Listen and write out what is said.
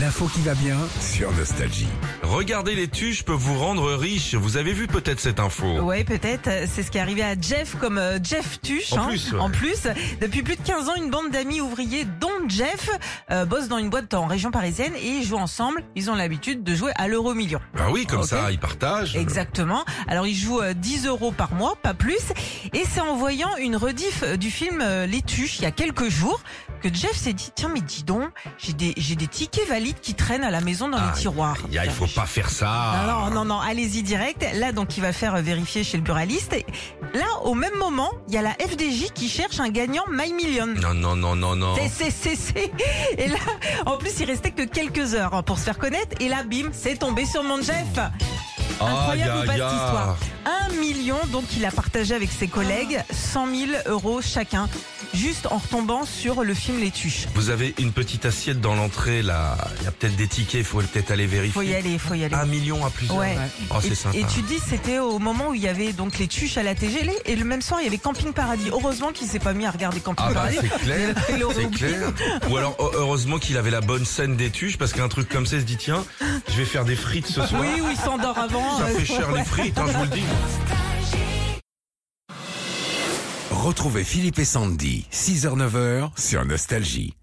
L'info qui va bien sur Nostalgie. Regardez les tuches peut vous rendre riche. Vous avez vu peut-être cette info. Ouais, peut-être. C'est ce qui est arrivé à Jeff comme euh, Jeff Tuche. En plus, ouais. en plus, depuis plus de 15 ans, une bande d'amis ouvriers, dont Jeff, euh, bosse dans une boîte en région parisienne et ils jouent ensemble. Ils ont l'habitude de jouer à l'euro million. Ah oui, comme Ok. ça, ils partagent. Exactement. Alors, ils jouent euh, 10 euros par mois, pas plus. Et c'est en voyant une rediff euh, du film euh, Les Tuches il y a quelques jours que Jeff s'est dit Tiens, mais dis donc, j'ai des, j'ai des tickets valides qui traînent à la maison dans Ah, les tiroirs. Il ne faut pas faire ça. Non, non, non, non, allez-y direct. Là, donc, il va faire euh, vérifier chez le buraliste. Et Là, au même moment, il y a la FDJ qui cherche un gagnant My Million. Non, non, non, non, non. C'est, c'est, c'est, c'est. Et là, en plus, il restait que quelques heures hein, pour se faire connaître. Et là, bim, c'est tombé sur mon Jeff. Incroyable Aïe, ou pas aïe, cette aïe. histoire Un million, donc, il a partagé avec ses collègues, 100 000 euros chacun, juste en retombant sur le film Les Tuches. Vous avez une petite assiette dans l'entrée là. Il y a peut-être des tickets, il faut peut-être aller vérifier. Faut y aller, faut y aller. Un million à plusieurs. Ouais. Oh, c'est Et- sympa. Et, tu dis, c'était au moment où il y avait donc les tuches à la TGL et le même soir, il y avait Camping Paradis. Heureusement qu'il s'est pas mis à regarder Camping Ah bah Paradis. c'est clair, Il aurait c'est oublié. clair. Ou alors oh, heureusement qu'il avait la bonne scène des tuches parce qu'un truc comme ça il se dit tiens je vais faire des frites ce soir. Oui, ou il s'endort avant. Ça euh, fait cher les frites, hein, je vous le dis. Retrouvez Philippe et Sandy, 6h-9h sur Nostalgie.